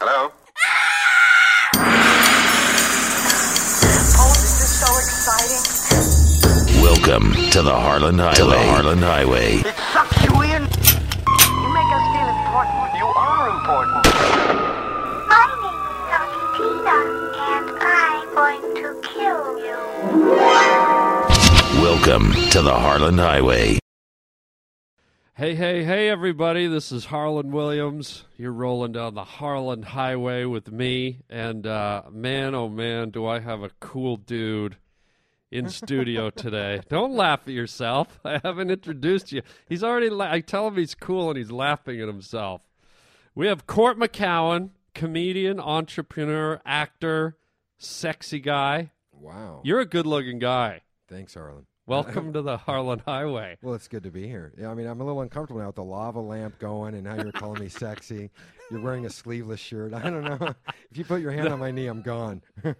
Hello? Oh, this is so exciting. Welcome to the Harlan Highway. To the Harlan Highway. It sucks you in. You make us feel important. You are important. My name is Argentina, and I'm going to kill you. Welcome to the Harlan Highway. Hey, hey, hey, everybody. This is Harlan Williams. You're rolling down the Harlan Highway with me. And uh, man, oh man, do I have a cool dude in studio today. Don't laugh at yourself. I haven't introduced you. He's already, la- I tell him he's cool and he's laughing at himself. We have Court McCowan, comedian, entrepreneur, actor, sexy guy. Wow. You're a good looking guy. Thanks, Harlan. Welcome to the Harlan Highway. Well, it's good to be here. Yeah, I mean, I'm a little uncomfortable now with the lava lamp going and how you're calling me sexy. You're wearing a sleeveless shirt. I don't know. if you put your hand on my knee, I'm gone. Oh,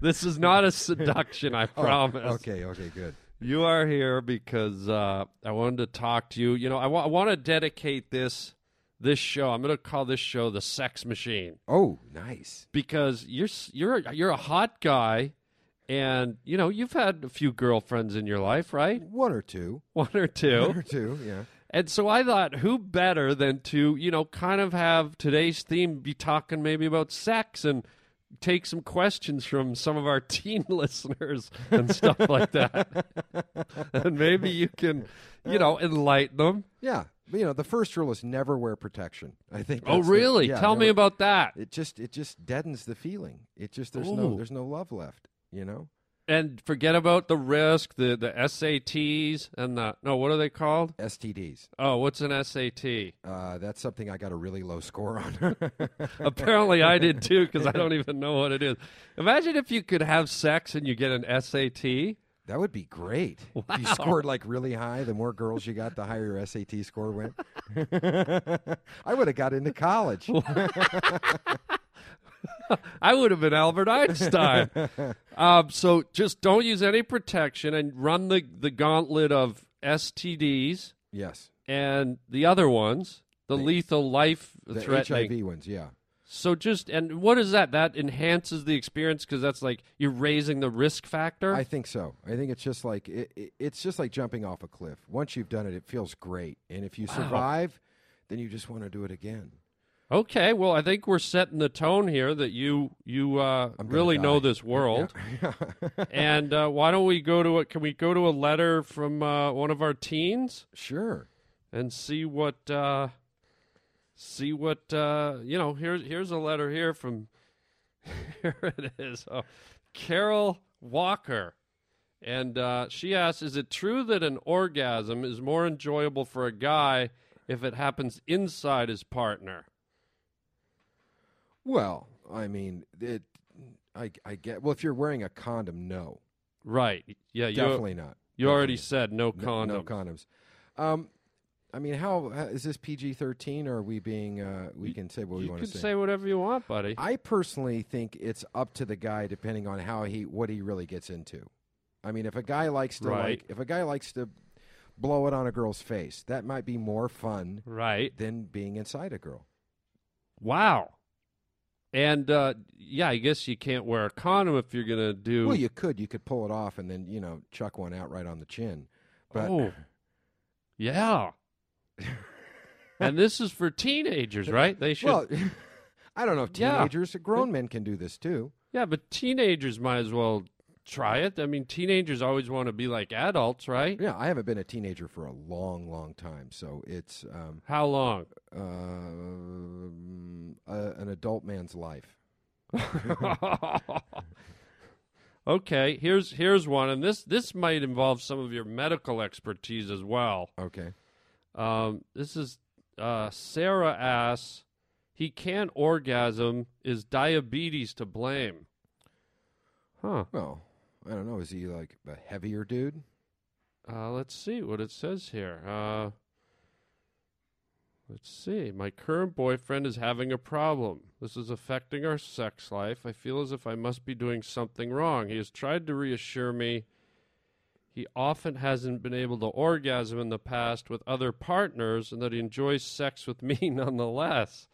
This is not a seduction, I promise. okay, okay, good. You are here because uh, I wanted to talk to you. You know, I want to dedicate this this show. I'm going to call this show the Sex Machine Oh, nice. because you're s- you're you're a hot guy, and you know you've had a few girlfriends in your life, right? One or two. One or One two. or two, yeah. and so I thought, who better than to you know kind of have today's theme be talking maybe about sex and take some questions from some of our teen listeners and stuff like that and maybe you can you know enlighten them Yeah. But, you know, the first rule is never wear protection. I think. Oh, that's the- really? yeah, Tell never- me about that. It just it just deadens the feeling. It just there's no Ooh. there's no love left. You know. And forget about the risk, the the SATs and the no, what are they called? STDs. Oh, what's an SAT? Uh, that's something I got a really low score on. Apparently, I did too because I don't even know what it is. Imagine if you could have sex and you get an SAT. That would be great. If you scored like really high, the more girls you got, the higher your SAT score went. I would have got into college. I would have been Albert Einstein. um, so just don't use any protection and run the the gauntlet of STDs yes. and the other ones, the, lethal life The threatening HIV ones, yeah. So just and what is that? That enhances the experience because that's like you're raising the risk factor. I think so. I think it's just like it, it- it's just like jumping off a cliff. Once you've done it, it feels great. And if you survive, then you just want to do it again. okay, well I think we're setting the tone here that you you uh, I'm gonna really know die. this world. and uh, why don't we go to a can we go to a letter from uh, one of our teens Sure. and see what uh, see what uh, you know? Here's here's a letter here from here it is. Oh, Carol Walker. And uh, she asks, is it true that an orgasm is more enjoyable for a guy if it happens inside his partner? Well, I mean, it. I, I get. Well, if you're wearing a condom, no, Right. Yeah, you, definitely not. you already Definitely. said no No- condom. No condoms. Um, I mean, how how- is this PG thirteen? Or are we being? Uh, we can say what we you want to can say. say whatever you want, buddy. I personally think it's up to the guy, depending on how he what he really gets into. I mean, if a guy likes to Right. like, if a guy likes to blow it on a girl's face, that might be more fun right. than being inside a girl. Wow. And uh, yeah, I guess you can't wear a condom if you're going to do. Well, you could, you could pull it off and then you know chuck one out right on the chin. But oh. Yeah. and this is for teenagers, right? They should. well, I don't know if Yeah. teenagers, grown men can do this too. Yeah, but teenagers might as well try it. I mean, teenagers always want to be like adults, right? Yeah, I haven't been a teenager for a long, long time, so it's um, How long? um, a, an adult man's life. okay, here's here's one, and this this might involve some of your medical expertise as well. Okay. Um, this is uh, Sarah asks, he can't orgasm. Is diabetes to blame? Huh. Well, I don't know. Is he like a heavier dude? Uh, let's see what it says here. Uh, let's see. My current boyfriend is having a problem. This is affecting our sex life. I feel as if I must be doing something wrong. He has tried to reassure me. He often hasn't been able to orgasm in the past with other partners and that he enjoys sex with me nonetheless.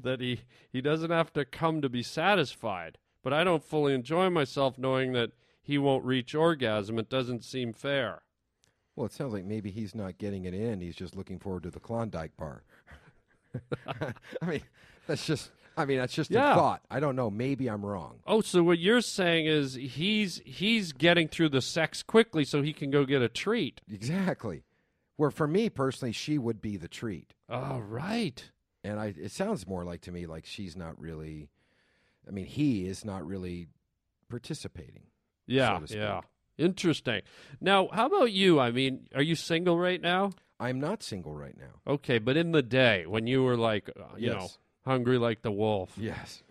that he he doesn't have to come to be satisfied. But I don't fully enjoy myself knowing that he won't reach orgasm. It doesn't seem fair. Well, it sounds like maybe he's not getting it in. He's just looking forward to the Klondike bar. I mean, that's just. I mean, that's just Yeah. a thought. I don't know. Maybe I'm wrong. Oh, so what you're saying is he's he's getting through the sex quickly so he can go get a treat. Exactly. Where for me personally, she would be the treat, All right. and I. It sounds more like to me like she's not really. I mean, he is not really participating. Yeah. to speak. yeah. Interesting. Now, how about you? I mean, are you single right now? I'm not single right now. Okay, but in the day when you were like, uh, you know, Yes. hungry like the wolf, Yes.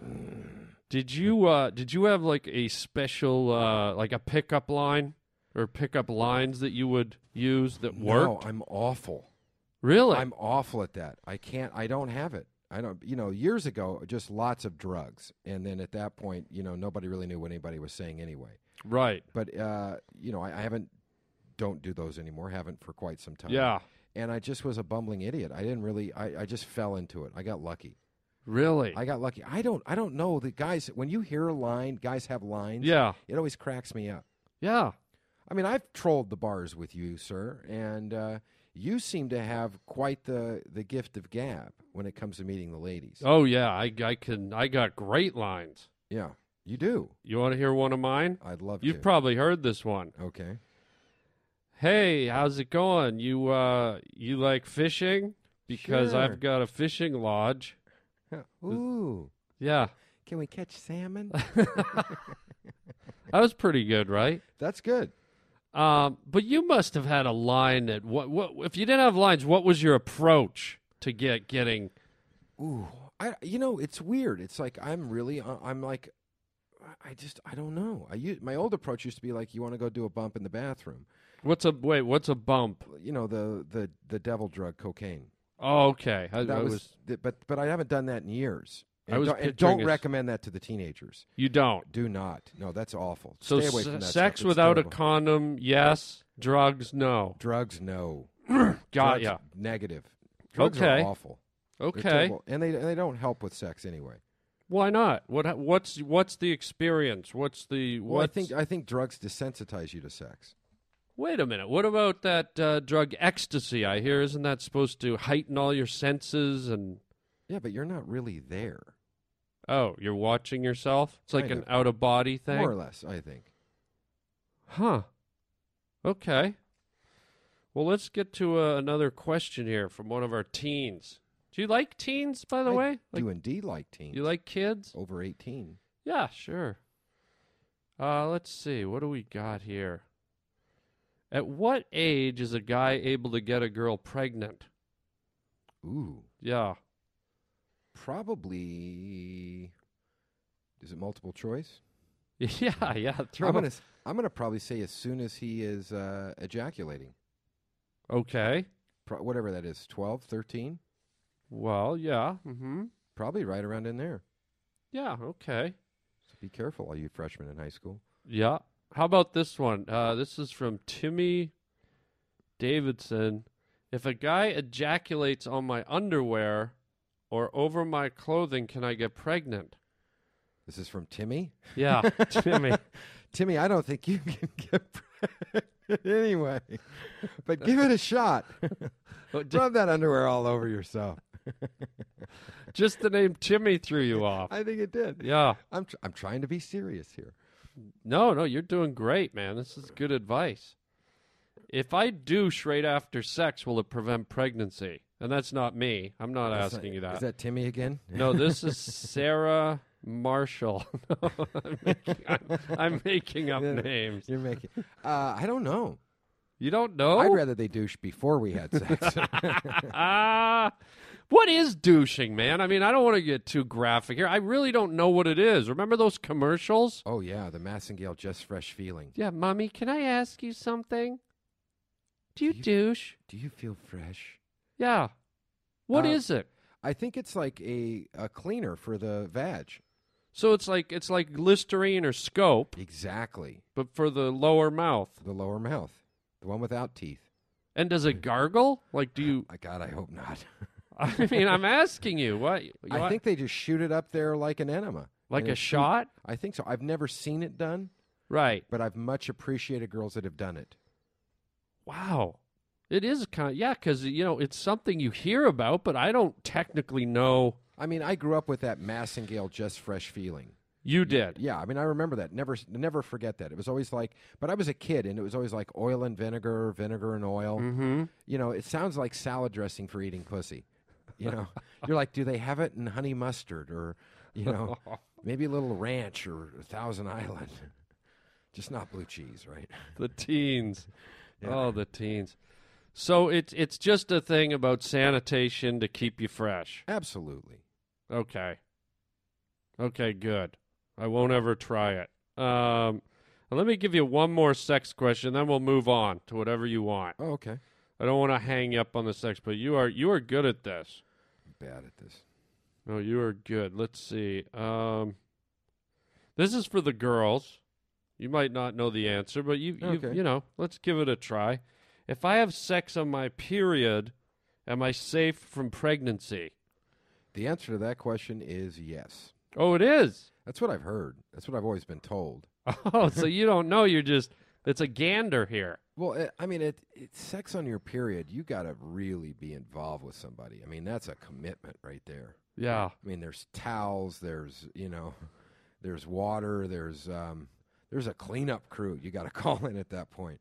did you uh did you have like a special uh like a pickup line or pickup lines that you would use that No, worked? I'm awful. really? I'm awful at that. I can't. I don't have it. I don't. You know, years ago, just lots of drugs, and then at that point, you know, nobody really knew what anybody was saying anyway. right. But uh, you know, I, I haven't. Don't do those anymore. Haven't for quite some time. Yeah. And I just was a bumbling idiot. I didn't really. I, I just fell into it. I got lucky. Really? I got lucky. I don't. I don't know the guys. When you hear a line, guys have lines. yeah. It always cracks me up. Yeah. I mean, I've trolled the bars with you, sir, and uh, you seem to have quite the, the gift of gab when it comes to meeting the ladies. Oh yeah, I I can I got great lines. Yeah, you do. You want to hear one of mine? I'd love You've to. probably heard this one. okay. Hey, how's it going? You uh you like fishing? Because Sure. I've got a fishing lodge. Ooh, Yeah. can we catch salmon? That was pretty good, right? That's good. Um, but you must have had a line that what what if you didn't have lines, what was your approach to get getting Ooh, I you know it's weird. It's like I'm really uh, I'm like I- I just I don't know. I u- my old approach used to be like you want to go do a bump in the bathroom. what's a wait, what's a bump? You know the the the devil drug cocaine. Oh, okay. I, That I was, was, th- but but I haven't done that in years. I And was don't, and picturing don't a s- recommend that to the teenagers. you don't. Do not. No, that's awful. So Stay away s- from that. sex stuff. It's without terrible. a condom, yes. Drugs, no. drugs. No, Got Drugs, ya. Negative. Drugs Okay. are awful. They're Okay. terrible. and they and they don't help with sex anyway. Why not? What what's what's the experience? What's the Well, I what's- think uh, I think drugs desensitize you to sex. Wait a minute. What about that uh, drug ecstasy? I hear isn't that supposed to heighten all your senses and Yeah, but you're not really there, oh, you're watching yourself? It's like an Kind of. out of body thing. more or less. I think. Huh. Okay. Well, let's get to uh, another question here from one of our teens. Do you like teens, by the I way? Like, do indeed like teens. you like kids? over eighteen? Yeah, sure. Uh, let's see. What do we got here? At what age is a guy able to get a girl pregnant? Ooh, Yeah. probably. Is it multiple choice? Yeah, yeah. Throw I'm gonna, it. s- I'm gonna probably say as soon as he is uh, ejaculating, Okay. Pro- whatever that is, 12, 13, Well, yeah. Mm-hmm. probably right around in there. Yeah. Okay. So be careful, all you freshmen in high school. Yeah. How about this one? Uh, this is from Timmy Davidson. If a guy ejaculates on my underwear or over my clothing, can I get pregnant? This is from Timmy. Yeah, Ah, Timmy. Timmy, I don't think you can get pregnant anyway, but give it a shot. Oh, j- Rub that underwear all over yourself. Just the name Timmy threw you off. I think it did. Yeah. I'm, tr- I'm trying to be serious here. No, no, you're doing great, man. This is good advice. If I douche right after sex, will it prevent pregnancy? And that's not me. I'm not That's asking not- you that. Is that Timmy again? No, this is Sarah Marshall. No, I'm, making, I'm, I'm making up Yeah. names. You're making. Uh, I don't know. You don't know? I'd rather they douche before we had sex. Ah, what is douching, man? I mean, I don't want to get too graphic here. I really don't know what it is. Remember those commercials? oh yeah, the Massingale just fresh feeling. Yeah, mommy, can I ask you something? Do you You- douche? Do you feel fresh? Yeah. What Uh, is it? I think it's like a, a cleaner for the vag. So it's like it's like Listerine or Scope, Exactly. but for the lower mouth. The lower mouth. The one without teeth. And does it gargle? Like, do you? My God, I hope not. I mean, I'm asking you. What? you I want- think they just shoot it up there like an enema. like they a shoot- shot, I think so. I've never seen it done, right? but I've much appreciated girls that have done it. Wow. It is kind of, yeah, because, you know, it's something you hear about, but I don't technically know I mean, I grew up with that Massingale just fresh feeling. you did. Yeah, I mean, I remember that. Never, never forget that. It was always like, but I was a kid, and it was always like oil and vinegar, vinegar and oil. Mm-hmm. You know, it sounds like salad dressing for eating pussy. You know, you're like, do they have it in honey mustard or, you know, maybe a little ranch or Thousand Island, just not blue cheese, right? The teens. Oh, the teens. So it's it's just a thing about sanitation to keep you fresh. Absolutely. Okay. Okay, good. I won't ever try it. Um, let me give you one more sex question, then we'll move on to whatever you want. Oh, okay. I don't want to hang you up on the sex, but you are you are good at this. Bad at this. No, Oh, you are good. Let's see. Um, this is for the girls. You might not know the answer, but you you Okay. you know, let's give it a try. If I have sex on my period, am I safe from pregnancy? The answer to that question is yes. Oh, it is. That's what I've heard. That's what I've always been told. Oh, so you don't know? You're just it's a gander here. Well, it, I mean, it, it's sex on your period. You got to really be involved with somebody. I mean, that's a commitment right there. Yeah. I mean, there's towels, there's you know, there's water, there's um, there's a cleanup crew. You got to call in at that point.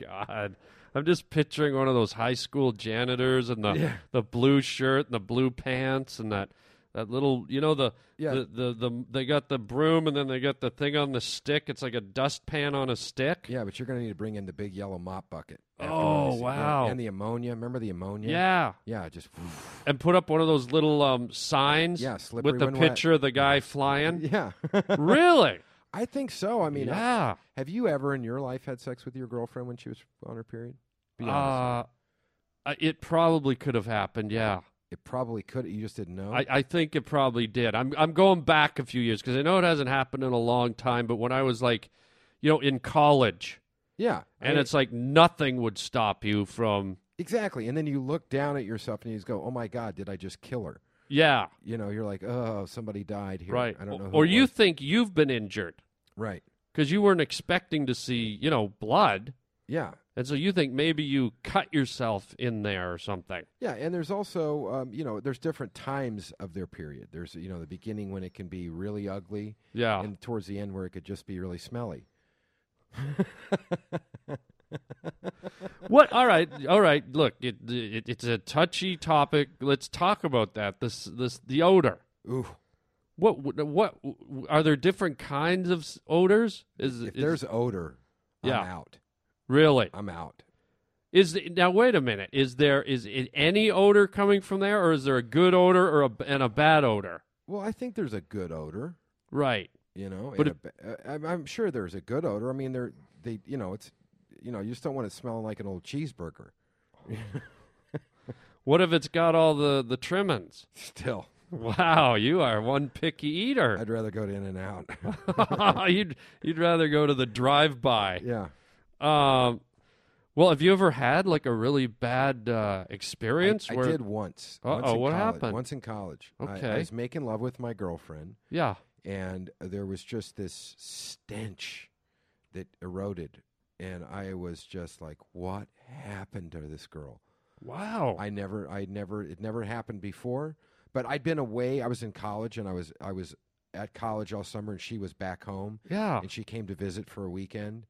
God, I'm just picturing one of those high school janitors and the the blue shirt and the blue pants and that that little you know the, Yeah. the the the they got the broom and then they got the thing on the stick. It's like a dustpan on a stick. Yeah, but you're gonna need to bring in the big yellow mop bucket. Oh, afterwards. Yeah, wow. And the ammonia. Remember the ammonia? Yeah. Yeah, just and put up one of those little um, signs Yeah, slippery with the when wet. picture of the guy flying. yeah. Really? I think so. I mean, I- yeah. have you ever in your life had sex with your girlfriend when she was on her period? Be honest. Uh, I- it probably could have happened. Yeah. it probably could. You just didn't know. I, I think it probably did. I'm I'm going back a few years because I know it hasn't happened in a long time. But when I was like, you know, in college, yeah. I and mean, it's like nothing would stop you from. Exactly. And then you look down at yourself and you just go, oh my God, did I just kill her? Yeah, You know, you're like, oh, somebody died here. right. I don't know. Who or it you was." think you've been injured right. because you weren't expecting to see, you know, blood, Yeah. and so you think maybe you cut yourself in there or something. Yeah. And there's also, um, you know, there's different times of their period. There's, you know, the beginning when it can be really ugly Yeah. and towards the end where it could just be really smelly. what? All right. All right. Look, it, it it's a touchy topic. Let's talk about that. This this the odor. Ooh. What what are there different kinds of s- odors? Is, If is- there's odor, Yeah. I'm out. really I'm out. is the- now wait a minute is there is it any odor coming from there or is there a good odor or a, and a bad odor? Well, I think there's a good odor. Right. you know But but uh, I'm, I'm sure there's a good odor i mean they're they you know it's you know you just don't want it smelling like an old cheeseburger What if it's got all the the trimmings? still Wow, you are one picky eater. i'd rather go to in and out you'd you'd rather go to the drive-by. yeah Um well, have you ever had like a really bad uh, experience I, I where did once once Uh-oh, in what college- happened? once in college I- I, Okay. was making love with my girlfriend Yeah. and there was just this stench that eroded and i was just like what happened to this girl Wow. I never, I never, it never happened before. But I'd been away. I was in college, and I was, I was at college all summer, and she was back home, yeah. and she came to visit for a weekend,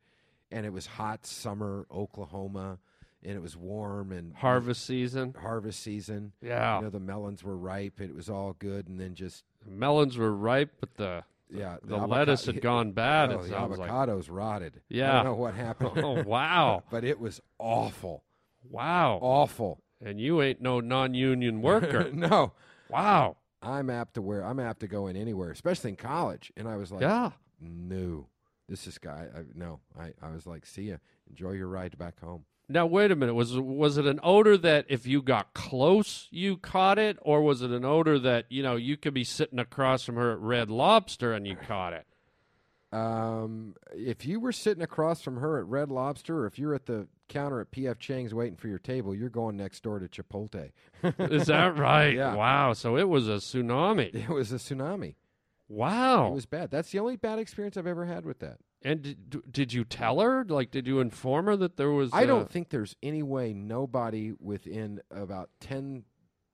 and it was hot summer Oklahoma, and it was warm and Harvest season. harvest season. Yeah. You know the melons were ripe. It was all good, and then just melons were ripe, but the yeah, the, avoca- lettuce had gone bad. Oh, it the sounds like. avocados rotted. I Yeah. don't know what happened. Oh wow, But it was awful, wow! awful. And you ain't no non-union worker. no, wow. I'm apt to wear. I'm apt to go in anywhere, especially in college. And I was like, Yeah. no, this is guy. I, no, I, I was like, see ya. Enjoy your ride back home. Now wait a minute. Was was it an odor that if you got close you caught it, or was it an odor that you know you could be sitting across from her at Red Lobster and you caught it? Um, if you were sitting across from her at Red Lobster, or if you're at the counter at PF Chang's waiting for your table, you're going next door to Chipotle. Is that right? Yeah. Wow. So it was a tsunami. It was a tsunami. It Wow. was bad. That's the only bad experience I've ever had with that. and did, did you tell her? Like, did you inform her that there was? I uh, don't think there's any way nobody within about 10,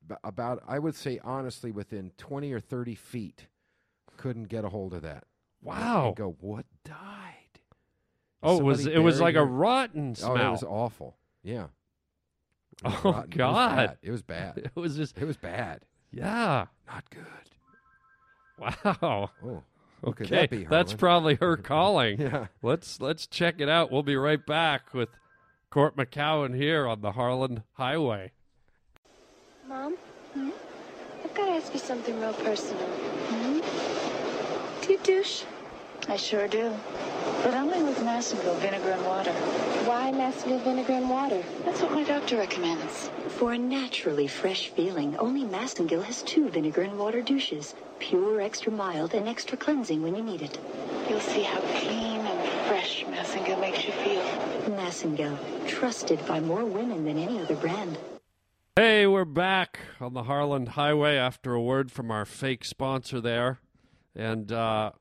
b- about, I would say honestly, within 20 or 30 feet couldn't get a hold of that. Wow. And go, what died? Oh, it was somebody it was buried like a her? rotten smell. Oh, it was awful. Yeah. It was Oh, rotten. It was God. bad. It was bad. It was just It was bad. yeah. Not good. Wow. Oh, okay. Okay, that's probably probably her calling. yeah. Let's let's check it out. We'll be right back with Court McCowan here on the Harlan Highway. Mom, Hmm? I've got to ask you something real personal. Do you douche? Hmm? I sure do. But only with Massonville vinegar and water. Why Massonville vinegar and water? That's what my doctor recommends. For a naturally fresh feeling, only Massengill has two vinegar and water douches. Pure, extra mild, and extra cleansing when you need it. You'll see how clean and fresh Massonville makes you feel. Massengill, trusted by more women than any other brand. Hey, we're back on the Harland Highway after a word from our fake sponsor there. And uh,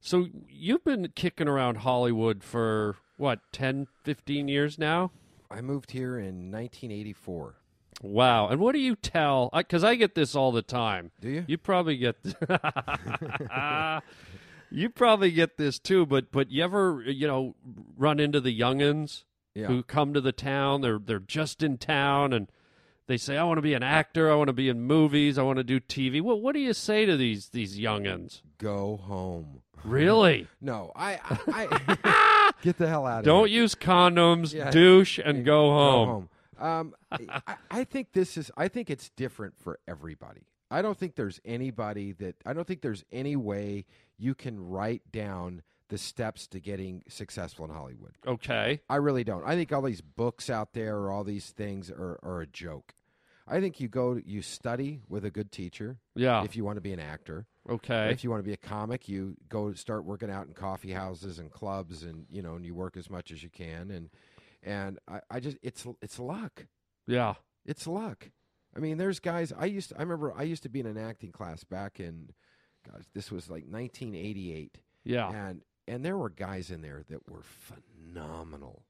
so you've been kicking around Hollywood for what, 10, 15 years now? I moved here in 1984. Wow. And what do you tell? Because I get this all the time. Do you? You probably get. you probably get this too, but but you ever you know run into the youngins Yeah. who come to the town? They're they're just in town and they say, "I want to be an actor. I want to be in movies. I want to do TV." Well, what do you say to these these youngins? Go home. Really? No, I. I, I get the hell out of Don't here. use condoms, Yeah. douche, and go Go home. home. Um, I- I, I think this is. I think it's different for everybody. I don't think there's anybody that. I don't think there's any way you can write down the steps to getting successful in Hollywood. Okay. I really don't. I think all these books out there or all these things are, are a joke. I think you go you study with a good teacher Yeah. if you want to be an actor. Oh. okay. If you want to be a comic, you go start working out in coffee houses and clubs and you know, and you work as much as you can and and I, I just it's it's luck. yeah. It's luck. I mean, there's guys I used I remember I used to be in an acting class back in gosh, this was like nineteen eighty eight. Yeah. And and there were guys in there that were phenomenal,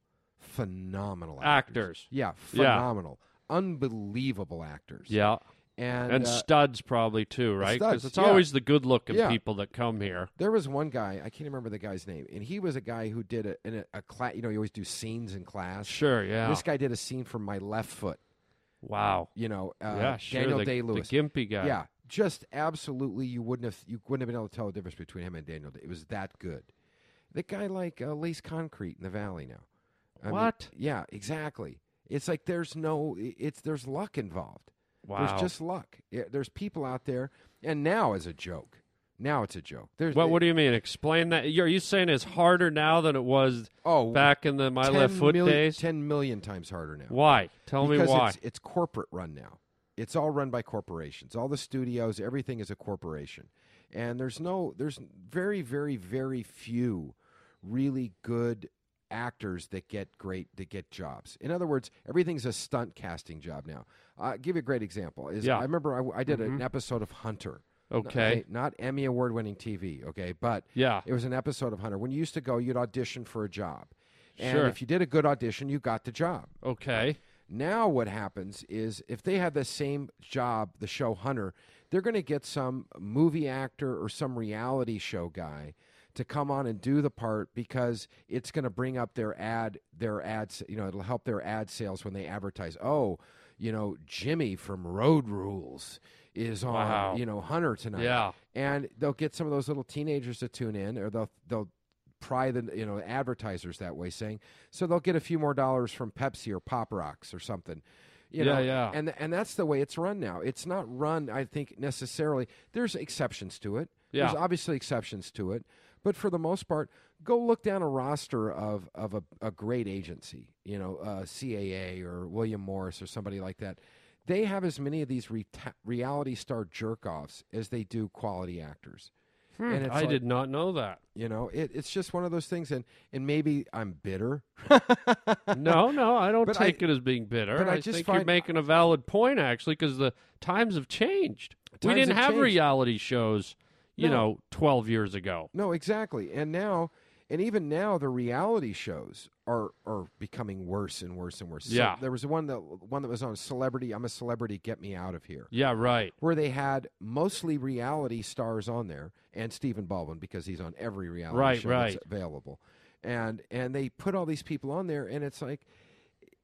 phenomenal Actors. Yeah, Yeah. phenomenal, unbelievable actors. Yeah. and, And, uh, studs probably too, right? Because studs, it's yeah. always the good-looking Yeah. people that come here. there was one guy I can't remember the guy's name, and he was a guy who did a in a, a class. You know, you always do scenes in class. Sure, yeah. This guy did a scene from my left foot. wow. You know, uh, yeah, sure. Daniel the, Day Lewis. the gimpy guy. Yeah, just absolutely. You wouldn't have you wouldn't have been able to tell the difference between him and Daniel. Day. It was that good. The guy like uh, lace concrete in the valley now. mean, What? yeah, exactly. It's like there's no. i- It's there's luck involved. Wow. There's just luck. Yeah, there's people out there, and now is a joke. Now it's a joke. There's What, what do you mean? Explain that. You're- Are you saying it's harder now than it was Oh, back in the My 10 Left Foot million- days? Ten million times harder now. Why? Tell me because why. It's, it's corporate run now. It's all run by corporations. All the studios, everything is a corporation, and there's no, there's very, very, very few really good actors that get great that get jobs. In other words, everything's a stunt casting job now. Uh, give you a great example. Is Yeah. Mm-hmm. I remember I, I did an episode of Hunter. Okay. Not Emmy award winning TV. Okay. But Yeah. it was an episode of Hunter. When you used to go, you'd audition for a job. And Sure. if you did a good audition, you got the job. Okay. Now what happens is if they have the same job, the show Hunter, they're going to get some movie actor or some reality show guy to come on and do the part because it's going to bring up their ad, their ads, you know, it'll help their ad sales when they advertise. Oh, you know, Jimmy from Road Rules is on, Wow. you know, Hunter tonight. Yeah. And they'll get some of those little teenagers to tune in or they'll they'll pry the you know advertisers that way saying so they'll get a few more dollars from Pepsi or Pop Rocks or something. You Yeah, know, yeah. and and that's the way it's run now. It's not run, I think, necessarily. There's exceptions to it. There's Yeah. obviously exceptions to it, but for the most part, go look down a roster of of a, a great agency. You know, uh, CAA or William Morris or somebody like that. They have as many of these reta- reality star jerk offs as they do quality actors. and it's Hmm. I like, did not know that. You know, it, it's just one of those things, and and maybe I'm bitter. No, no, I don't But I- take it as being bitter. but I I, just think you're find- making a valid point actually, because the times have changed. we Times didn't have have changed. reality shows, you No. know, twelve years ago. No, exactly. And now, and even now, the reality shows are are becoming worse and worse and worse. So Yeah. there was one that one that was on Celebrity. I'm a celebrity. Get me out of here. Yeah, right. Where they had mostly reality stars on there, and Stephen Baldwin because he's on every reality Right, show right. that's available, and and they put all these people on there, and it's like,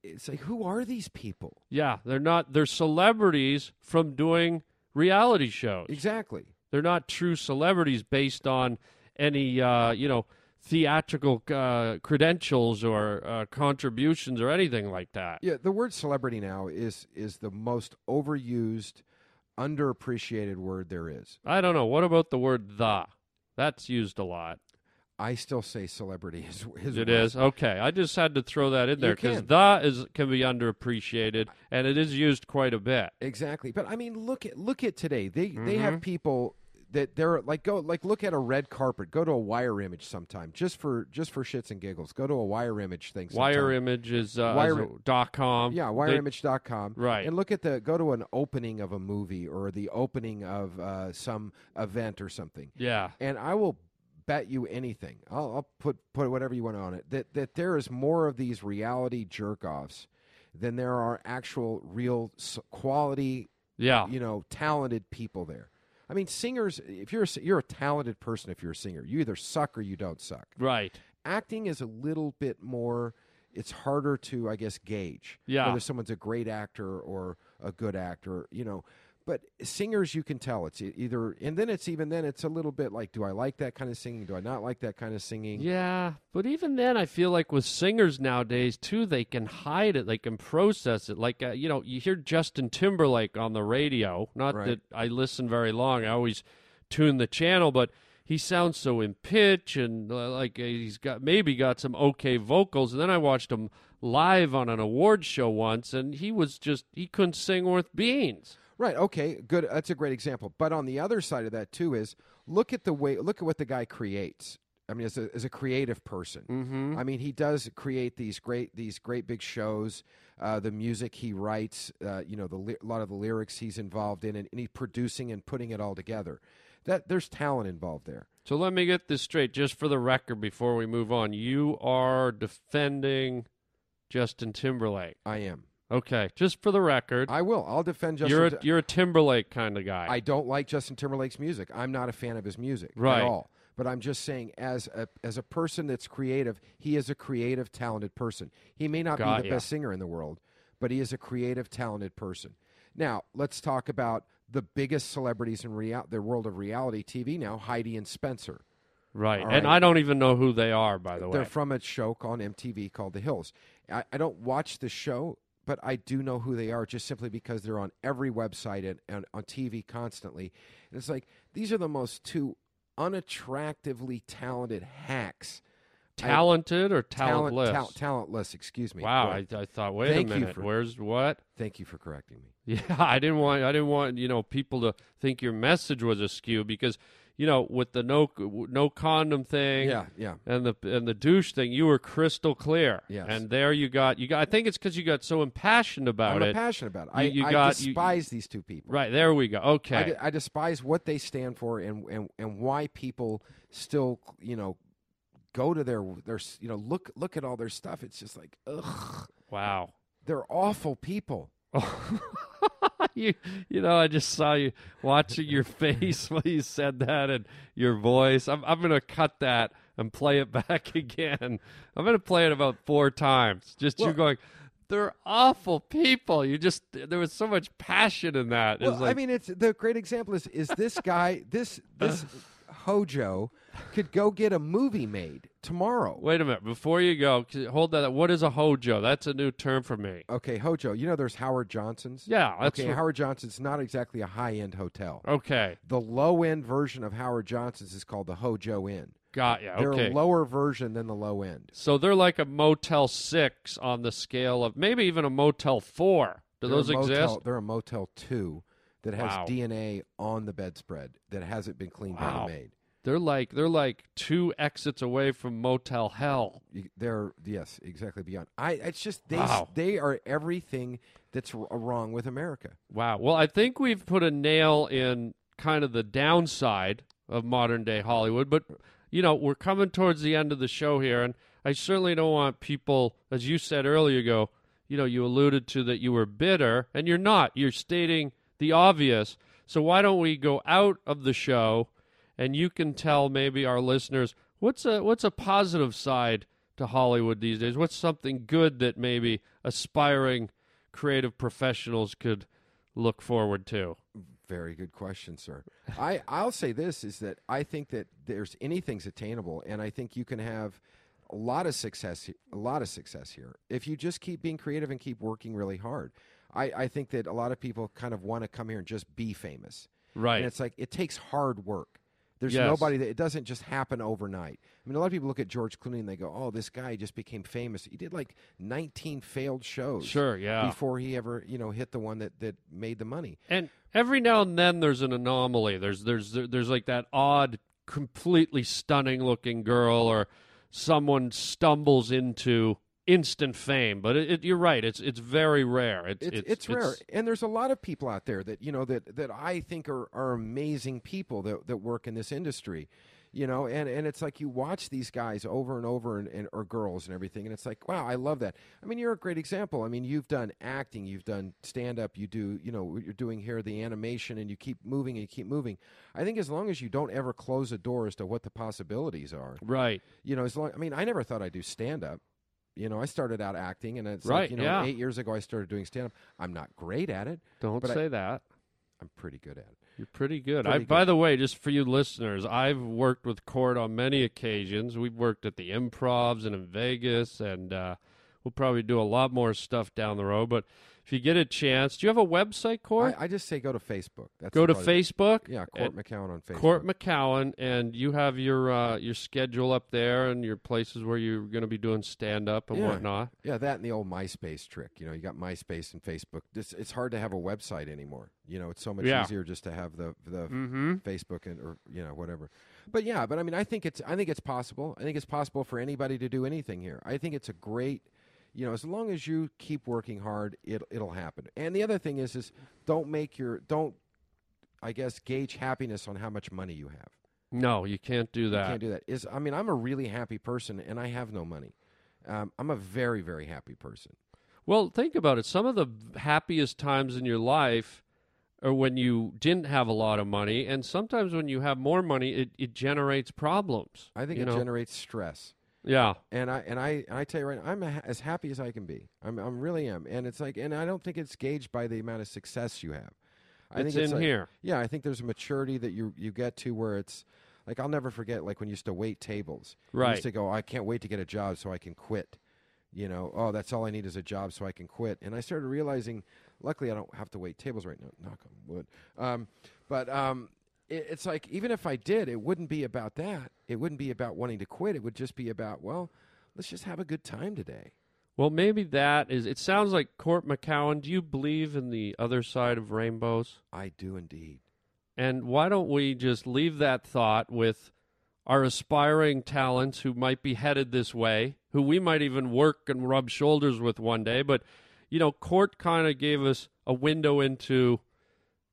it's like who are these people Yeah, they're not. They're celebrities from doing reality shows. exactly? They're not true celebrities based on any, uh, you know, theatrical uh, credentials or uh, contributions or anything like that. Yeah, the word celebrity now is is the most overused, underappreciated word there is. I don't know. What about the word "the"? That's used a lot. I still say celebrity is is It worse. is okay. I just had to throw that in You there because can. "the" is can be underappreciated and it is used quite a bit. exactly. But I mean, look at look at today. They they Mm-hmm. have people that they're like go like look at a red carpet. Go to a wire image sometime just for just for shits and giggles. Go to a wire image thing. Sometime. Wire image is uh, Wire- is a- dot com. Yeah, They- wireimage.com. Right. And look at the go to an opening of a movie or the opening of uh, some event or something. Yeah, and I will bet you anything. I'll, I'll put put whatever you want on it that that there is more of these reality jerk offs than there are actual real s- quality, yeah, you know, talented people there. I mean, singers. If you're a, s- you're a talented person, if you're a singer, you either suck or you don't suck. right. Acting is a little bit more. It's harder to, I guess, gauge Yeah. whether someone's a great actor or a good actor. You know. But singers, you can tell it's e- either, and then it's even then it's a little bit like, do I like that kind of singing? Do I not like that kind of singing? Yeah, but even then, I feel like with singers nowadays too, they can hide it, they can process it. Like uh, you know, you hear Justin Timberlake on the radio. Not Right. that I listen very long; I always tune the channel, but he sounds so in pitch and uh, like uh, he's got maybe got some okay vocals. And then I watched him live on an award show once, and he was just he couldn't sing worth beans. Right. Okay. Good. That's a great example. But on the other side of that too is look at the way look at what the guy creates. I mean, as a, as a creative person, mm-hmm. I mean, he does create these great these great big shows. Uh, the music he writes, uh, you know, the ly- a lot of the lyrics he's involved in, and, and he's producing and putting it all together. That there's talent involved there. So let me get this straight, just for the record, before we move on. You are defending Justin Timberlake. I am. Okay, just for the record, I will. I'll defend Justin. you're a, Ti- you're a Timberlake kind of guy. I don't like Justin Timberlake's music. I'm not a fan of his music Right. at all. But I'm just saying, as a as a person that's creative, he is a creative, talented person. He may not Got be the ya. best singer in the world, but he is a creative, talented person. Now let's talk about the biggest celebrities in real- the world of reality TV. Now Heidi and Spencer. right, all and right. I don't even know who they are, by the way. They're from a show on MTV called The Hills. I, I don't watch the show, but I do know who they are just simply because they're on every website and, and on TV constantly. And it's like these are the most two unattractively talented hacks. I- Talented or talent- talentless? tal- talentless, excuse me. wow, Boy, I, I thought. Wait Thank a you minute. for- Where's what? thank you for correcting me. Yeah, I didn't want I didn't want you know people to think your message was askew because you know with the no no condom thing. Yeah, yeah. And the and the douche thing, you were crystal clear. Yes. And there you got you got. I think it's because you got so impassioned about I'm it. passionate about it. You- I, you I got- you- despise these two people. Right there we go. Okay. I, de- I despise what they stand for and, and and why people still you know go to their their s- you know look look at all their stuff. It's just like ugh, wow. they're awful people. you you know I just saw you watching your face while you said that and your voice. I'm I'm gonna cut that and play it back again. I'm gonna play it about four times. Just you Well- going, they're awful people. You just there was so much passion in that. It's Well, I like, mean, it's the great example is is this guy this this Hojo could go get a movie made tomorrow. wait a minute before you go. 'cause- Hold that. What is a hojo? That's a new term for me. Okay, Hojo. You know, there's Howard Johnson's. Yeah, that's okay, what- Oh. Howard Johnson's not exactly a high end hotel. Okay, The low end version of Howard Johnson's is called the Hojo Inn. got you. They're Okay. a lower version than the low end. So they're like a Motel Six on the scale of maybe even a Motel Four. Do They're a those exist? Motel, they're a Motel 2 that has Wow. DNA on the bedspread that hasn't been cleaned by Wow. the maid. They're like they're like two exits away from Motel Hell. You- They're yes, exactly beyond. I. It's just they. s- Wow. They are everything that's r- wrong with America. Wow. Well, I think we've put a nail in kind of the downside of modern day Hollywood, but you know, we're coming towards the end of the show here and I certainly don't want people as you said earlier go, you know, you alluded to that you were bitter and you're not. You're stating the obvious. So why don't we go out of the show and you can tell maybe our listeners what's a what's a positive side to Hollywood these days? What's something good that maybe aspiring creative professionals could look forward to? Very good question, sir. I, I'll say this is that I think that there's anything's attainable, and I think you can have a lot of success, he- a lot of success here if you just keep being creative and keep working really hard. I, I think that a lot of people kind of want to come here and just be famous, Right. And it's like it takes hard work. There's Yes. nobody that it doesn't just happen overnight. I mean, a lot of people look at George Clooney and they go, "Oh, this guy just became famous. He did like 19 failed shows, Sure, yeah. before he ever, you know, hit the one that that made the money." And every now and then there's an anomaly. There's there's there's like that odd, completely stunning looking girl or someone stumbles into instant fame. But it, it, you're right. It's it's very rare. It's it's, it's, rare and there's a lot of people out there that you know that that i think are, are amazing people that, that work in this industry you know and, and it's like you watch these guys over and over and, and or girls and everything and it's like wow i love that i mean you're a great example i mean you've done acting you've done stand up you do you know what you're doing here the animation and you keep moving and you keep moving i think as long as you don't ever close a door as to what the possibilities are right. you know, as long I mean, I never thought I'd do stand up. You know, I started out acting, and it's Right, like you know, yeah. eight years ago I started doing stand up. I'm not great at it. Don't but I- say that. I'm pretty good at it. You're pretty good. I, Pretty By the way, just for you listeners, I've worked with Court on many occasions. We've worked at the Improvs and in Vegas, and uh, we'll probably do a lot more stuff down the road. But if you get a chance, do you have a website, Court? I, I just say go to Facebook. That's Go to probably- Facebook. Yeah, at Court McCown on Facebook. Court McCowan, and you have your uh, your schedule up there and your places where you're going to be doing stand up and Yeah. whatnot. yeah, that and the old MySpace trick. You know, you got MySpace and Facebook. This, it's hard to have a website anymore. You know, it's so much Yeah. Mm-hmm. easier just to have the the Facebook and or you know whatever. But yeah, but I mean, I think it's I think it's possible. I think it's possible for anybody to do anything here. I think it's a great, you know, as long as you keep working hard, it it'll happen. And the other thing is, is don't make your don't, I guess, gauge happiness on how much money you have. No, you can't do that. You can't do that. Is I mean, I'm a really happy person, and I have no money. Um, I'm a very very happy person. Well, think about it. Some of the happiest times in your life are when you didn't have a lot of money, and sometimes when you have more money, it, it generates problems. I think you it know? generates stress. Yeah, And I and I and I tell you right now, I'm a, as happy as I can be. I'm I'm really am. And it's like, and I don't think it's gauged by the amount of success you have. I It's think it's in like- here. Yeah, I think there's a maturity that you you get to where it's like I'll never forget like when you used to wait tables. You Right. used to go, I can't wait to get a job so I can quit. You know, oh, that's all I need is a job so I can quit. And I started realizing, luckily, I don't have to wait tables right now. Knock on wood. Um, but um, it, it's like even if I did, it wouldn't be about that. It wouldn't be about wanting to quit. It would just be about well, let's just have a good time today. Well, maybe that is. It sounds like Court McCowan. Do you believe in the other side of rainbows? I do indeed. And why don't we just leave that thought with our aspiring talents who might be headed this way, who we might even work and rub shoulders with one day. But, you know, Court kind of gave us a window into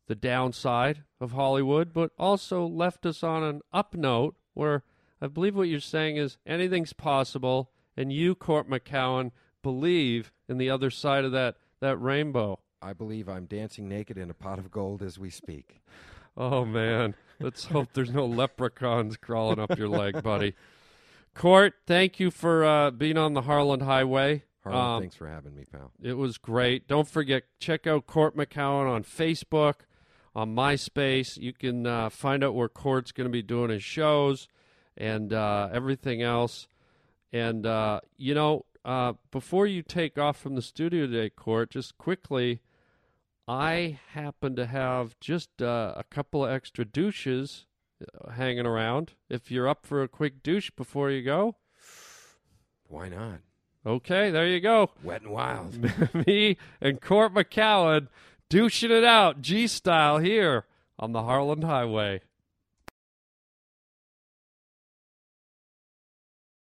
the downside of Hollywood, but also left us on an up note where I believe what you're saying is anything's possible. And you, Court McCowan, believe in the other side of that, that rainbow. I believe I'm dancing naked in a pot of gold as we speak. Oh man, let's hope there's no leprechauns crawling up your leg, buddy. Court, thank you for uh, being on the Harland Highway. Harlan, Um, thanks for having me, pal. it was great. Don't forget, check out Court McCowan on Facebook, on MySpace. You can uh, find out where Court's going to be doing his shows and uh, everything else. And, uh, you know, uh, before you take off from the studio today, Court, just quickly, I happen to have just uh, a couple of extra douches uh, hanging around. If you're up for a quick douche before you go, Why not? okay, there you go. Wet and wild. me and Court McCowan douching it out G style here on the Harland Highway.